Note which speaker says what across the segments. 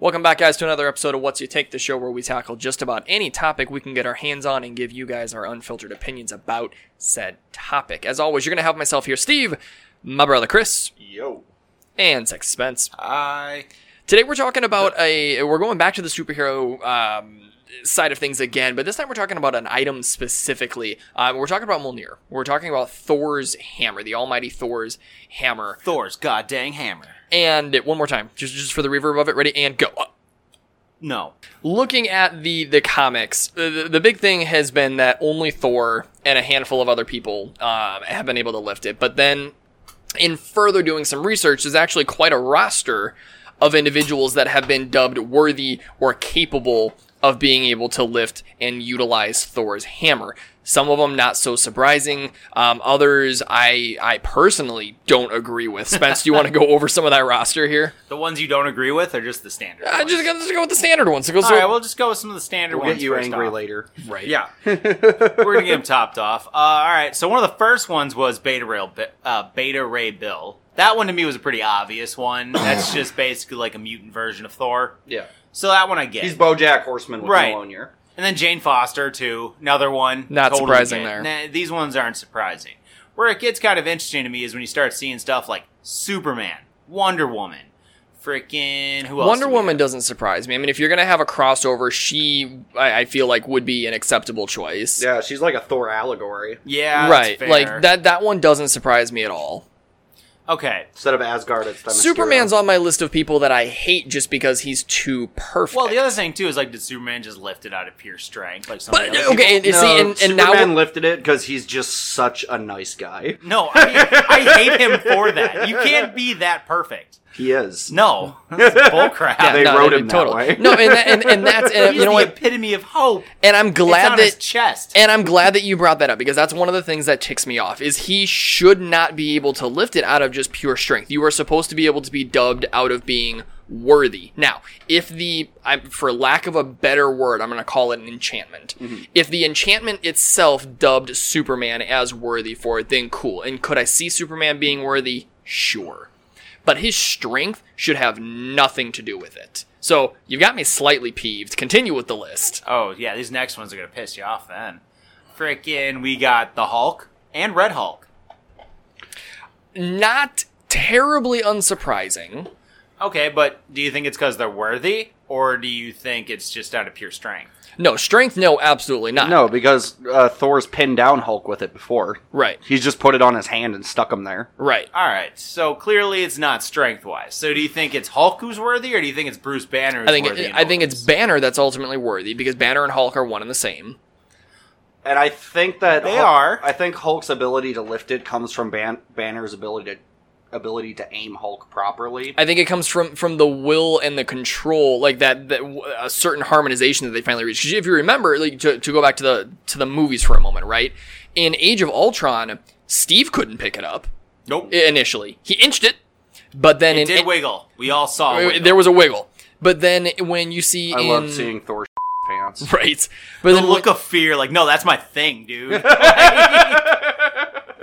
Speaker 1: Welcome back, guys, to another episode of What's You Take, the show where we tackle just about any topic we can get our hands on and give you guys our unfiltered opinions about said topic. As always, you're going to have myself here, Steve, my brother Chris,
Speaker 2: Yo.
Speaker 1: and Sex Spence.
Speaker 2: Hi.
Speaker 1: Today we're talking about a. We're going back to the superhero um, side of things again, but this time we're talking about an item specifically. Um, we're talking about Mjolnir. We're talking about Thor's hammer, the Almighty Thor's hammer.
Speaker 2: Thor's goddamn hammer.
Speaker 1: And one more time, just just for the reverb of it. Ready and go.
Speaker 2: No.
Speaker 1: looking at the the comics, the, the big thing has been that only Thor and a handful of other people um, have been able to lift it. But then, in further doing some research, there's actually quite a roster of individuals that have been dubbed worthy or capable of being able to lift and utilize Thor's hammer. Some of them not so surprising. Um, others, I I personally don't agree with. Spence, do you want to go over some of that roster here?
Speaker 2: The ones you don't agree with are just the standard.
Speaker 1: I
Speaker 2: ones.
Speaker 1: just, just go with the standard ones. So go-
Speaker 2: All
Speaker 1: so-
Speaker 2: right, we'll just go with some of the standard
Speaker 3: We'll
Speaker 2: ones.
Speaker 3: get you
Speaker 2: first
Speaker 3: angry
Speaker 2: off.
Speaker 3: later.
Speaker 1: right.
Speaker 2: Yeah, we're gonna get them topped off. Uh, all right, so one of the first ones was Beta Ray, uh, Beta Ray Bill. That one to me was a pretty obvious one. That's just basically like a mutant version of Thor.
Speaker 3: Yeah.
Speaker 2: So that one I get.
Speaker 3: He's BoJack Horseman with
Speaker 2: Right.
Speaker 3: Mjolnir.
Speaker 2: And then Jane Foster too. Another one.
Speaker 1: Not surprising
Speaker 2: get.
Speaker 1: there.
Speaker 2: Nah, these ones aren't surprising. Where it gets kind of interesting to me is when you start seeing stuff like Superman, Wonder Woman, freaking who else?
Speaker 1: Wonder
Speaker 2: do we
Speaker 1: Woman
Speaker 2: have?
Speaker 1: doesn't surprise me. I mean, if you're gonna have a crossover, she I, I feel like would be an acceptable choice.
Speaker 3: Yeah, she's like a Thor allegory.
Speaker 2: Yeah, that's
Speaker 1: right.
Speaker 2: fair.
Speaker 1: Like that that one doesn't surprise me at all.
Speaker 2: Okay.
Speaker 3: Instead of Asgard, it's Themyscira.
Speaker 1: Superman's on my list of people that I hate just because he's too perfect.
Speaker 2: Well, the other thing too is like, did Superman just lift it out of pure strength? Like, some of
Speaker 1: But,
Speaker 2: the other
Speaker 1: okay,
Speaker 2: people-
Speaker 1: and, and see, and, and now
Speaker 3: Superman
Speaker 1: we're-
Speaker 3: lifted it because he's just such a nice guy.
Speaker 2: No, I, I hate him for that. You can't be that perfect.
Speaker 3: He is.
Speaker 2: No, that's bull crap.
Speaker 3: Yeah, they
Speaker 1: no,
Speaker 3: wrote him that
Speaker 1: totally.
Speaker 3: way.
Speaker 1: No, and, that, and and that's and, Uh,
Speaker 2: He's
Speaker 1: you know
Speaker 2: the
Speaker 1: what?
Speaker 2: epitome of hope.
Speaker 1: And I'm
Speaker 2: it's
Speaker 1: glad
Speaker 2: on
Speaker 1: that
Speaker 2: his chest.
Speaker 1: And I'm glad that you brought that up because that's one of the things that ticks me off is he should not be able to lift it out of just pure strength. You are supposed to be able to be dubbed out of being worthy. Now, if the I, for lack of a better word, I'm going to call it an enchantment. If the enchantment itself dubbed Superman as worthy for it, then cool. And could I see Superman being worthy? Sure. But his strength should have nothing to do with it. So, you've got me slightly peeved. Continue with the list.
Speaker 2: Oh yeah, these next ones are gonna piss you off then. Frickin' we got the Hulk and Red Hulk.
Speaker 1: not terribly unsurprising.
Speaker 2: Okay, but do you think it's because they're worthy, or do you think it's just out of pure strength?
Speaker 1: No, strength, no, absolutely not.
Speaker 3: No, because uh, Thor's pinned down Hulk with it before.
Speaker 1: Right,
Speaker 3: He's just put it on his hand and stuck him there.
Speaker 1: right.
Speaker 2: All right, so clearly it's not strength wise. So do you think it's Hulk who's worthy, or do you think it's Bruce Banner? Who's
Speaker 1: I think
Speaker 2: worthy
Speaker 1: it,
Speaker 2: and
Speaker 1: I think
Speaker 2: Hulk
Speaker 1: it's Banner that's ultimately worthy because Banner and Hulk are one and the same.
Speaker 3: And I think that
Speaker 2: They are.
Speaker 3: I think Hulk's ability to lift it comes from Ban- Banner's ability to ability to aim Hulk properly.
Speaker 1: I think it comes from from the will and the control, like that that w- a certain harmonization that they finally reached. 'Cause If you remember, like to, to go back to the to the movies for a moment, right? In Age of Ultron, Steve couldn't pick it up
Speaker 2: is? Nope, it,
Speaker 1: i- initially. He inched it, but then in,
Speaker 2: did wiggle. We all saw. a wiggle.
Speaker 1: there was a wiggle. But then when you see
Speaker 3: I
Speaker 1: in
Speaker 3: love seeing Thor's pants.
Speaker 1: right, but
Speaker 2: the
Speaker 1: then when-
Speaker 2: look of fear. Like, no, that's my thing, dude.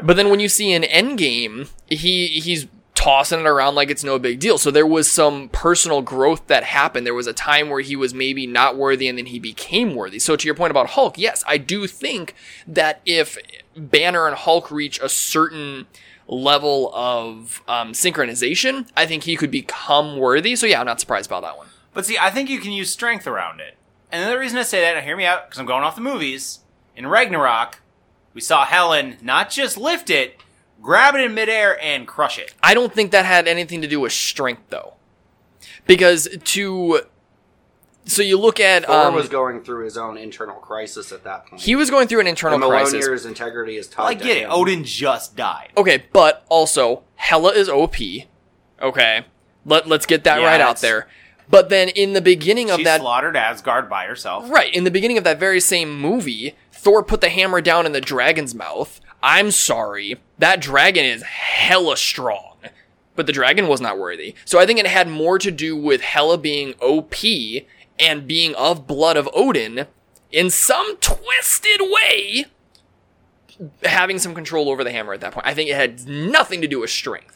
Speaker 1: But then when you see an Endgame, he he's tossing it around like it's no big deal. So there was some personal growth that happened. There was a time where he was maybe not worthy and then he became worthy. So to your point about Hulk, yes, I do think that if Banner and Hulk reach a certain level of um, synchronization, I think he could become worthy. So yeah, I'm not surprised about that one.
Speaker 2: But see, I think you can use strength around it. And the other reason I say that, and hear me out, because I'm going off the movies. In Ragnarok, we saw Helen not just lift it, grab it in midair, and crush it.
Speaker 1: I don't think that had anything to do with strength though. Because to so you look at
Speaker 3: Thor
Speaker 1: um,
Speaker 3: was going through his own internal crisis at that point.
Speaker 1: he was going through an internal
Speaker 3: and
Speaker 1: crisis.
Speaker 3: Mjolnir's integrity is tied.
Speaker 2: Well, I
Speaker 3: to
Speaker 2: get it.
Speaker 3: him.
Speaker 2: Odin just died.
Speaker 1: Okay, but also Hella is OP. Okay, let let's get that
Speaker 2: Yeah,
Speaker 1: right out
Speaker 2: that's-
Speaker 1: there. But then in the beginning of
Speaker 2: She
Speaker 1: that
Speaker 2: slaughtered Asgard by herself.
Speaker 1: Right. In the beginning of that very same movie, Thor put the hammer down in the dragon's mouth. I'm sorry. That dragon is hella strong. But the dragon was not worthy. So I think it had more to do with Hela being OP and being of blood of Odin in some twisted way having some control over the hammer at that point. I think it had nothing to do with strength.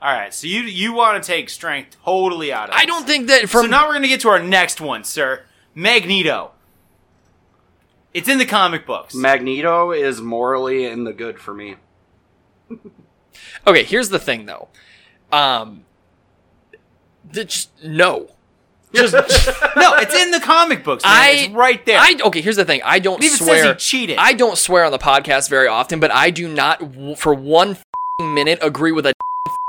Speaker 2: All right, so you you want to take strength totally out of
Speaker 1: I
Speaker 2: this.
Speaker 1: don't think that from
Speaker 2: So now we're going to get to our next one, sir. Magneto. It's in the comic books.
Speaker 3: Magneto is morally in the good for me.
Speaker 1: Okay, here's the thing though. Um th- just no. Just
Speaker 2: no, it's in the comic books. Man.
Speaker 1: I
Speaker 2: it's right there.
Speaker 1: I okay, here's the thing. I don't
Speaker 2: it even
Speaker 1: swear.
Speaker 2: says he cheated.
Speaker 1: I don't swear on the podcast very often, but I do not w- for one fing minute agree with a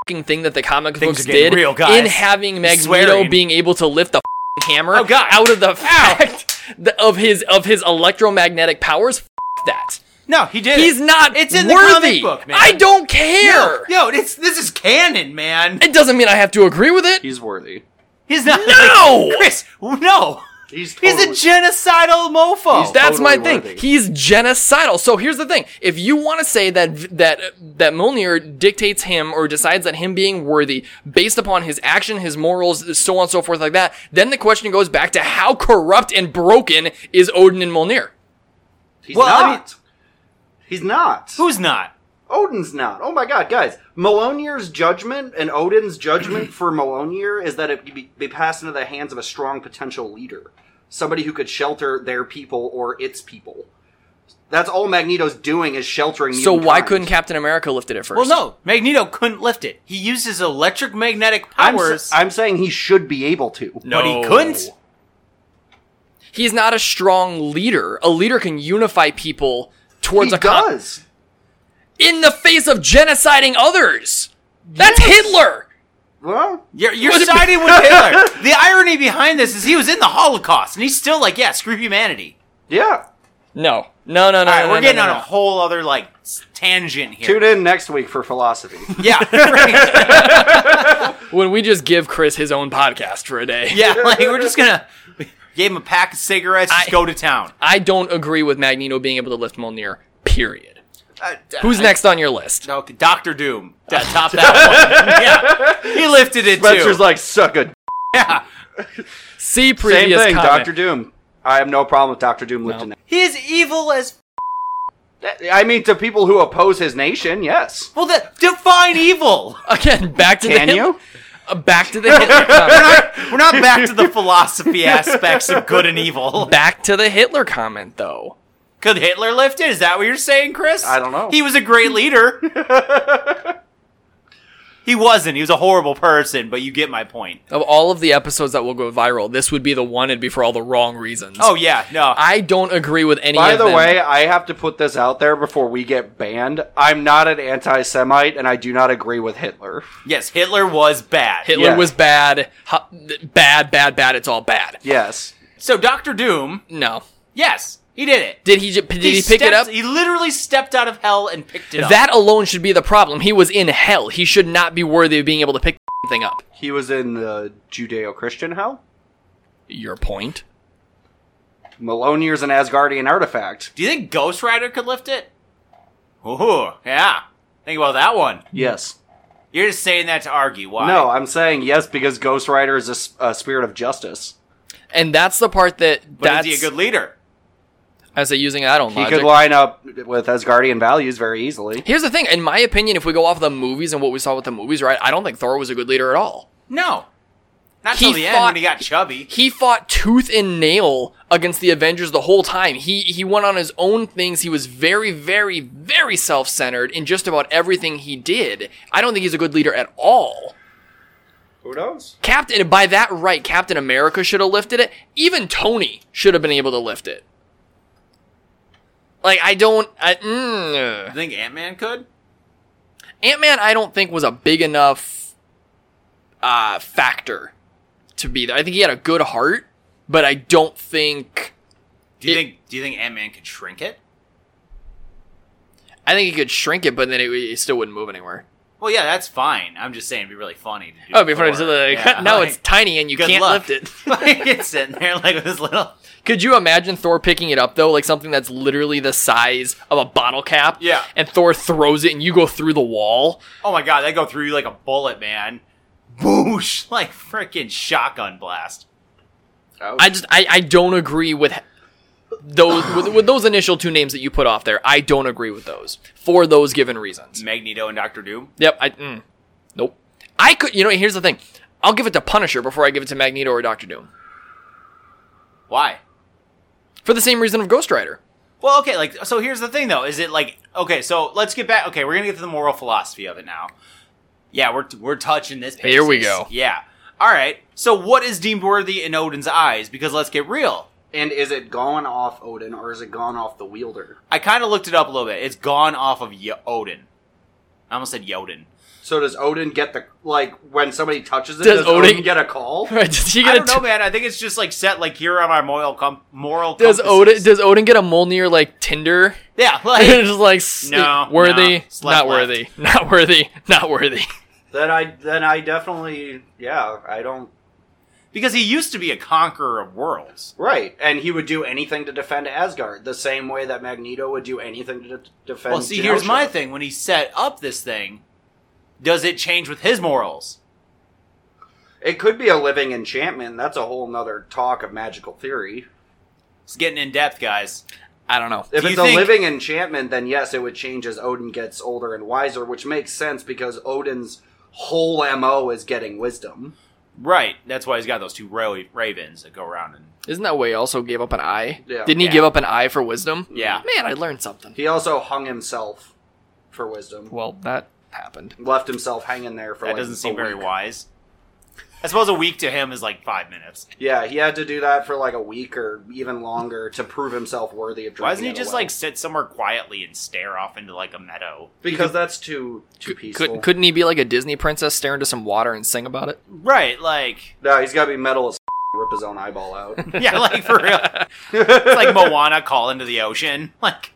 Speaker 1: fing thing that the comic
Speaker 2: Things
Speaker 1: books
Speaker 2: are getting
Speaker 1: did
Speaker 2: real, guys.
Speaker 1: in having Magneto
Speaker 2: Swearing.
Speaker 1: being able to lift the fing hammer
Speaker 2: Oh, God.
Speaker 1: out of the fact th- of his of his electromagnetic powers. F- that.
Speaker 2: no, he did.
Speaker 1: He's
Speaker 2: it.
Speaker 1: not
Speaker 2: It's in the
Speaker 1: worthy.
Speaker 2: comic book, man.
Speaker 1: I don't care.
Speaker 2: No, it's this is canon, man.
Speaker 1: It doesn't mean I have to agree with it.
Speaker 3: He's worthy.
Speaker 2: He's not.
Speaker 1: No!
Speaker 2: Chris. No.
Speaker 3: He's
Speaker 2: He's a genocidal mofo.
Speaker 3: He's
Speaker 1: That's
Speaker 3: totally
Speaker 1: my thing.
Speaker 3: worthy.
Speaker 1: He's genocidal. So here's the thing: if you want to say that that that Mjolnir dictates him or decides that him being worthy based upon his action, his morals, so on and so forth, like that, then the question goes back to how corrupt and broken is Odin and Mjolnir?
Speaker 3: He's
Speaker 2: Well, I
Speaker 3: not. He's not.
Speaker 2: Who's not?
Speaker 3: Odin's not. Oh my god, guys. Malonier's judgment and Odin's judgment for Malonier is that it be, be passed into the hands of a strong potential leader. Somebody who could shelter their people or its people. That's all Magneto's doing is sheltering
Speaker 1: So
Speaker 3: mutant
Speaker 1: why
Speaker 3: kind.
Speaker 1: couldn't Captain America lift it at first?
Speaker 2: Well, no. Magneto couldn't lift it. He used his electric magnetic
Speaker 3: I'm,
Speaker 2: powers,
Speaker 3: s- I'm saying he should be able to.
Speaker 2: but he couldn't.
Speaker 1: he's not a strong leader. A leader can unify people towards
Speaker 3: He
Speaker 1: a con-
Speaker 3: does.
Speaker 1: in the face of genociding others. That's Hitler.
Speaker 3: Well,
Speaker 2: You're, you're
Speaker 1: Was it-
Speaker 2: siding with Hitler. the irony behind this is he was in the Holocaust, and he's still like, yeah, screw humanity.
Speaker 3: yeah.
Speaker 1: No, no, no, no.
Speaker 2: All right,
Speaker 1: no,
Speaker 2: we're
Speaker 1: no,
Speaker 2: getting
Speaker 1: no,
Speaker 2: on a
Speaker 1: no.
Speaker 2: whole other like s- tangent here.
Speaker 3: Tune in next week for philosophy.
Speaker 2: yeah, right.
Speaker 1: when we just give Chris his own podcast for a day.
Speaker 2: yeah. Like we're just gonna we gave him a pack of cigarettes. Just
Speaker 1: I-
Speaker 2: go to town.
Speaker 1: I don't agree with Magneto being able to lift Mjolnir. Period.
Speaker 2: Uh, d-
Speaker 1: Who's next on your list?
Speaker 2: Okay, Doctor Doom. D- top that one. Yeah, he lifted it too.
Speaker 3: Spencer's like, suck a
Speaker 2: yeah,
Speaker 1: See
Speaker 3: Same
Speaker 1: previous
Speaker 3: thing,
Speaker 1: comment.
Speaker 3: Doctor Doom. I have no problem with Doctor Doom lifting
Speaker 2: he is evil as
Speaker 3: that. I mean, to people who oppose his nation, yes.
Speaker 2: well. The, define evil.
Speaker 1: Again, back to
Speaker 3: Can
Speaker 1: the Hit-
Speaker 3: you?
Speaker 1: uh, back to the Hitler comment.
Speaker 2: We're not back to the philosophy aspects of good and evil.
Speaker 1: Back to the Hitler comment though.
Speaker 2: Could Hitler lift it? Is that what you're saying, Chris?
Speaker 3: I don't know.
Speaker 2: He was a great leader. he wasn't. He was a horrible person, but you get my point.
Speaker 1: Of all of the episodes that will go viral, this would be the one it'd be for all the wrong reasons.
Speaker 2: Oh yeah, no.
Speaker 1: I don't agree with any
Speaker 3: By
Speaker 1: of
Speaker 3: the
Speaker 1: them.
Speaker 3: way, I have to put this out there before we get banned. I'm not an anti Semite and I do not agree with Hitler.
Speaker 2: yes, Hitler was bad.
Speaker 1: Hitler
Speaker 3: yeah.
Speaker 1: was bad. Ho- bad, bad, bad. It's all bad.
Speaker 3: Yes.
Speaker 2: so Doctor Doom,
Speaker 1: No.
Speaker 2: yes, he did it.
Speaker 1: Did he j- did he, pick
Speaker 2: stepped,
Speaker 1: it up?
Speaker 2: He literally stepped out of hell and picked it up.
Speaker 1: That alone should be the problem. He was in hell. He should not be worthy of being able to pick the thing up.
Speaker 3: He was in the Judeo Christian hell.
Speaker 1: Your point?
Speaker 3: Malonier's an Asgardian artifact.
Speaker 2: Do you think Ghost Rider could lift it? Ooh, yeah. Think about that one.
Speaker 3: Yes.
Speaker 2: You're just saying that to argue. Why?
Speaker 3: No, I'm saying yes because Ghost Rider is a s- a, spirit of justice.
Speaker 1: And that's the part that
Speaker 2: but
Speaker 1: that's
Speaker 2: is he a good leader?
Speaker 1: I say using I don't
Speaker 3: He
Speaker 1: logic.
Speaker 3: could line up with Asgardian values very easily.
Speaker 1: Here's the thing, in my opinion, if we go off the movies and what we saw with the movies, right? I don't think Thor was a good leader at all.
Speaker 2: No. Not
Speaker 1: He
Speaker 2: till the end
Speaker 1: fought-
Speaker 2: when he got chubby.
Speaker 1: He fought tooth and nail against the Avengers the whole time. He he went on his own things. He was very, very, very self-centered in just about everything he did. I don't think he's a good leader at all.
Speaker 3: Who knows?
Speaker 1: Captain, by that right, Captain America should have lifted it. Even Tony should have been able to lift it. Like I don't, I,
Speaker 2: I
Speaker 1: mm.
Speaker 2: think Ant Man could.
Speaker 1: Ant Man, I don't think was a big enough uh, factor to be there. I think he had a good heart, but I don't think
Speaker 2: Do you
Speaker 1: It-
Speaker 2: think Do you think Ant Man could shrink it?
Speaker 1: I think he could shrink it, but then it, it still wouldn't move anywhere.
Speaker 2: Well, yeah, that's fine. I'm just saying, it'd be really funny. To do
Speaker 1: Oh, before I
Speaker 2: Thor.
Speaker 1: like,
Speaker 2: Yeah,
Speaker 1: now
Speaker 2: like,
Speaker 1: it's tiny and you
Speaker 2: good
Speaker 1: can't
Speaker 2: luck.
Speaker 1: lift it.
Speaker 2: like it's sitting there like with this little.
Speaker 1: Could you imagine Thor picking it up though, like something that's literally the size of a bottle cap?
Speaker 2: Yeah.
Speaker 1: And Thor throws it, and you go through the wall.
Speaker 2: Oh my god, they go through you like a bullet, man. Boosh! Like freaking shotgun blast.
Speaker 3: Oh.
Speaker 1: I just, I, I don't agree with those with, with those initial two names that you put off there. I don't agree with those for those given reasons.
Speaker 2: Magneto and Doctor Doom.
Speaker 1: Yep. I. Mm, nope. I could. You know. Here's the thing. I'll give it to Punisher before I give it to Magneto or Doctor Doom
Speaker 2: Why?
Speaker 1: for the same reason of Ghost Rider.
Speaker 2: Well, okay, like so here's the thing though, is it like okay, so let's get back okay, we're gonna get to the moral philosophy of it now. Yeah, we're we're touching this
Speaker 1: Here we
Speaker 2: basis.
Speaker 1: go.
Speaker 2: Yeah. Alright. So what is deemed worthy in Odin's eyes? Because let's get real.
Speaker 3: and is it gone off Odin or is it gone off the wielder?
Speaker 2: I kinda looked it up a little bit. It's gone off of Yo- Odin. I almost said Yoden.
Speaker 3: So does Odin get the like when somebody touches it?
Speaker 1: Does
Speaker 3: Does,
Speaker 1: Odin-
Speaker 3: Odin, get a call?
Speaker 1: Right? Does he
Speaker 2: I
Speaker 1: get a
Speaker 2: don't know,
Speaker 1: t-
Speaker 2: man. I think it's just like set like here are my moral com- moral
Speaker 1: does Odin
Speaker 2: compasses.
Speaker 1: does Odin get a Mjolnir like Tinder?
Speaker 2: Yeah, like
Speaker 1: It's just like s-
Speaker 2: No,
Speaker 1: worthy,
Speaker 2: no, slept
Speaker 1: not
Speaker 2: left.
Speaker 1: worthy, not worthy, not worthy.
Speaker 3: Then I then I definitely yeah I don't
Speaker 2: because he used to be a conqueror of worlds.
Speaker 3: right and he would do anything to defend Asgard the same way that Magneto would do anything to de- defend.
Speaker 2: Well, see, here's
Speaker 3: Genosha.
Speaker 2: my thing. When he set up this thing, does it change with his morals?
Speaker 3: It could be a living enchantment. That's a whole nother talk of magical theory.
Speaker 2: It's getting in depth, guys.
Speaker 1: I don't know.
Speaker 3: If
Speaker 2: Do you
Speaker 3: it's
Speaker 2: think-
Speaker 3: a living enchantment, then yes, it would change as Odin gets older and wiser, which makes sense because Odin's whole MO is getting wisdom.
Speaker 2: Right. That's why he's got those two ra- ravens that go around and.
Speaker 1: Isn't that way also gave up an eye?
Speaker 3: Yeah.
Speaker 1: Didn't he
Speaker 2: Yeah.
Speaker 1: give up an eye for wisdom?
Speaker 2: Yeah.
Speaker 1: Man, I learned something.
Speaker 3: He also hung himself for wisdom.
Speaker 1: Well, that happened.
Speaker 3: Left himself hanging there for
Speaker 2: That
Speaker 3: like
Speaker 2: doesn't
Speaker 3: a
Speaker 2: seem very
Speaker 3: week.
Speaker 2: wise. I suppose a week to him is like five minutes.
Speaker 3: Yeah, he had to do that for like a week or even longer to prove himself worthy of drinking.
Speaker 2: Why doesn't he
Speaker 3: it
Speaker 2: just
Speaker 3: away.
Speaker 2: like sit somewhere quietly and stare off into like a meadow?
Speaker 3: because that's too too peaceful.
Speaker 1: Could, couldn't he be like a Disney princess, stare into some water and sing about it?
Speaker 2: Right. Like.
Speaker 3: no, he's got to be metal as rip his own eyeball out.
Speaker 2: Yeah. Like for real. It's like Moana calling to the ocean. Like.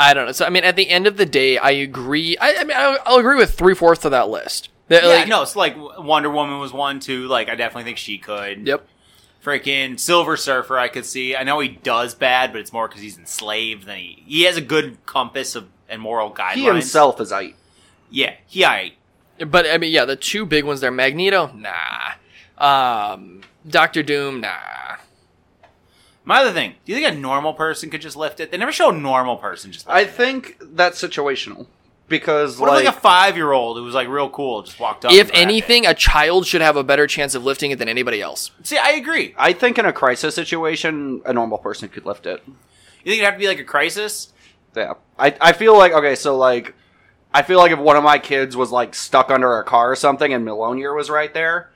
Speaker 1: I don't know. So I mean, at the end of the day, I agree. I, I mean, I'll, I'll agree with three fourths of that list. That,
Speaker 2: Yeah,
Speaker 1: like-
Speaker 2: no, it's like Wonder Woman was one too. Like, I definitely think she could.
Speaker 1: Yep.
Speaker 2: Freaking Silver Surfer, I could see. I know he does bad, but it's more because he's enslaved than he. He has a good compass of and moral guidelines.
Speaker 3: he himself is eight.
Speaker 2: Yeah, he. I.
Speaker 1: But I mean, yeah, the two big ones there: Magneto, nah. Um, Doctor Doom, nah.
Speaker 2: My other thing, do you think a normal person could just lift it? They never show a normal person just. Lift
Speaker 3: I
Speaker 2: it.
Speaker 3: think that's situational because
Speaker 2: What if,
Speaker 3: like,
Speaker 2: like a five year old who was like real cool just walked up?
Speaker 1: If
Speaker 2: and grabbed
Speaker 1: anything, a child should have a better chance of lifting it than anybody else.
Speaker 2: it? see, I agree.
Speaker 3: I think in a crisis situation, a normal person could lift it.
Speaker 2: You think it'd have to be like a crisis?
Speaker 3: Yeah. I, I feel like, okay, so like, I feel like if one of my kids was like stuck under a car or something and Melonier was right there,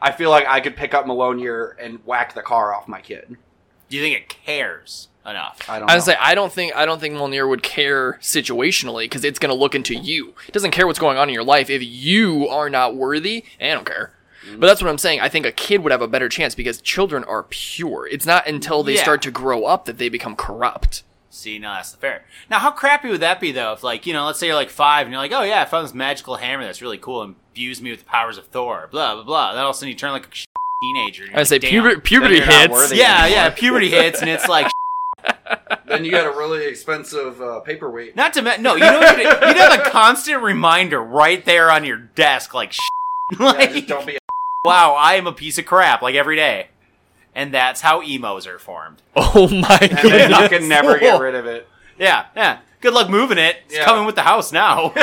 Speaker 3: I feel like I could pick up Melonier and whack the car off my kid.
Speaker 2: Do you think it cares enough?
Speaker 3: I
Speaker 1: I
Speaker 3: don't know.
Speaker 1: would say I don't think I don't think Molnir would care situationally because it's going to look into you. It doesn't care what's going on in your life if you are not worthy. I don't care.
Speaker 2: Mm.
Speaker 1: But that's what I'm saying. I think a kid would have a better chance because children are pure. It's not until they
Speaker 2: Yeah.
Speaker 1: start to grow up that they become corrupt.
Speaker 2: See, no, that's the fair. Now, how crappy would that be, though? If, like, you know, let's say you're like five and you're like, oh, yeah, I found this magical hammer that's really cool and imbues me with the powers of Thor, blah, blah, blah. Then all of a sudden you turn like a teenager. And you're
Speaker 1: I say
Speaker 2: like, "Damn."
Speaker 1: puber- puberty
Speaker 3: Then you're not
Speaker 1: hits.
Speaker 3: worthy.
Speaker 2: Yeah, yeah, puberty hits, and it's like,
Speaker 3: Then you got a really expensive uh, paperweight.
Speaker 2: not to, me- no, you know, what you'd, you'd have a constant reminder right there on your desk, like, like,
Speaker 3: be
Speaker 2: wow, I am a piece of crap, like, every day. And that's how emos are formed.
Speaker 1: Oh my
Speaker 3: And then
Speaker 1: god.
Speaker 2: Yeah.
Speaker 3: you can never get rid of it.
Speaker 2: Yeah, yeah. Good luck moving it. It's
Speaker 3: Yeah.
Speaker 2: coming with the house now.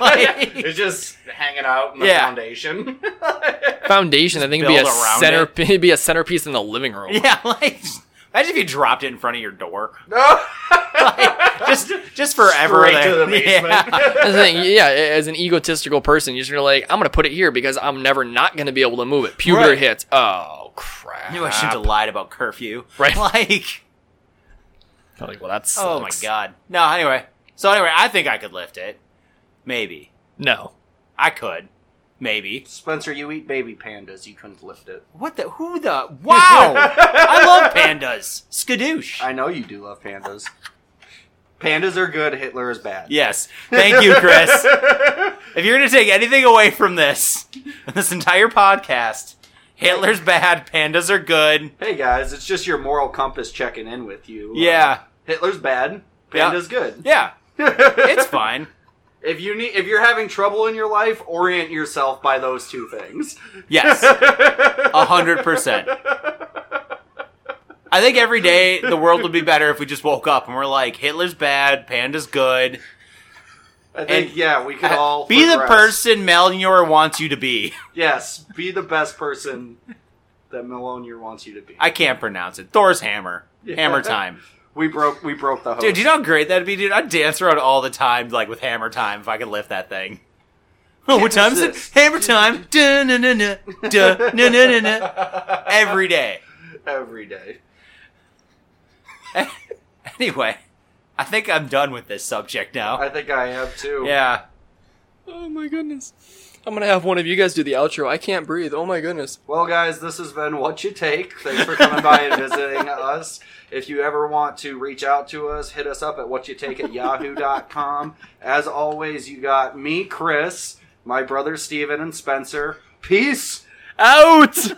Speaker 2: Like-
Speaker 3: It's just hanging out in the
Speaker 2: Yeah.
Speaker 3: foundation.
Speaker 1: Foundation. I think it'd be a
Speaker 2: build around
Speaker 1: center. It. would be a centerpiece in the living room.
Speaker 2: Yeah, like just- imagine if you dropped it in front of your door,
Speaker 3: no.
Speaker 2: just just forever.
Speaker 3: Straight to
Speaker 2: there.
Speaker 3: the basement.
Speaker 2: Yeah.
Speaker 1: That's the thing, yeah, as an egotistical person, you're just gonna like, I'm gonna put it here because I'm never not gonna be able to move it. Puberty
Speaker 2: Right.
Speaker 1: hits. Oh crap!
Speaker 2: I knew I shouldn't have lied about curfew.
Speaker 1: Right.
Speaker 2: Like,
Speaker 1: I'm like, well, that's
Speaker 2: oh my god. No. Anyway, so anyway, I think I could lift it. Maybe
Speaker 1: No,
Speaker 2: I could. Maybe.
Speaker 3: Spencer, you eat baby pandas. You couldn't lift it.
Speaker 2: What the? Who the? Wow! I love pandas. Skadoosh.
Speaker 3: I know you do love pandas. Pandas are good. Hitler is bad.
Speaker 2: yes. Thank you, Chris. if you're going to take anything away from this, this entire podcast, Hitler's bad, pandas are good.
Speaker 3: hey guys, it's just your moral compass checking in with you. Uh,
Speaker 2: Yeah.
Speaker 3: Hitler's bad.
Speaker 2: Yeah.
Speaker 3: Panda's good.
Speaker 2: Yeah. It's fine.
Speaker 3: If you need, if you're having trouble in your life, orient yourself by those two things.
Speaker 2: Yes. A hundred percent. I think every day the world would be better if we just woke up and we're like, Hitler's bad, panda's good.
Speaker 3: I think
Speaker 2: And- uh,
Speaker 3: yeah, we could all
Speaker 2: be the
Speaker 3: progress.
Speaker 2: person Melnior wants you to be.
Speaker 3: Yes, be the best person that Melonier wants you to be.
Speaker 2: I can't pronounce it. Thor's hammer.
Speaker 3: Yeah.
Speaker 2: Hammer time.
Speaker 3: we broke we broke the host.
Speaker 2: Dude, do you know how great that'd be, dude? I'd dance around all the time, like with hammer time, if I could lift that thing. Oh, what time is it?
Speaker 3: resist.
Speaker 2: Hammer time. Dun, dun, dun, dun, dun, dun, dun, dun, dun. Every day.
Speaker 3: every day.
Speaker 2: Anyway, I think I'm done with this subject now.
Speaker 3: I think I have too.
Speaker 2: Yeah.
Speaker 1: Oh my goodness. I'm gonna have one of you guys do the outro. I can't breathe. Oh my goodness.
Speaker 3: Well, guys, this has been What You Take. Thanks for coming by and visiting us. If you ever want to reach out to us, hit us up at whatyoutake at yahoo.com. As always, you got me, Chris, my brother, Steven, and Spencer. Peace!
Speaker 1: Out!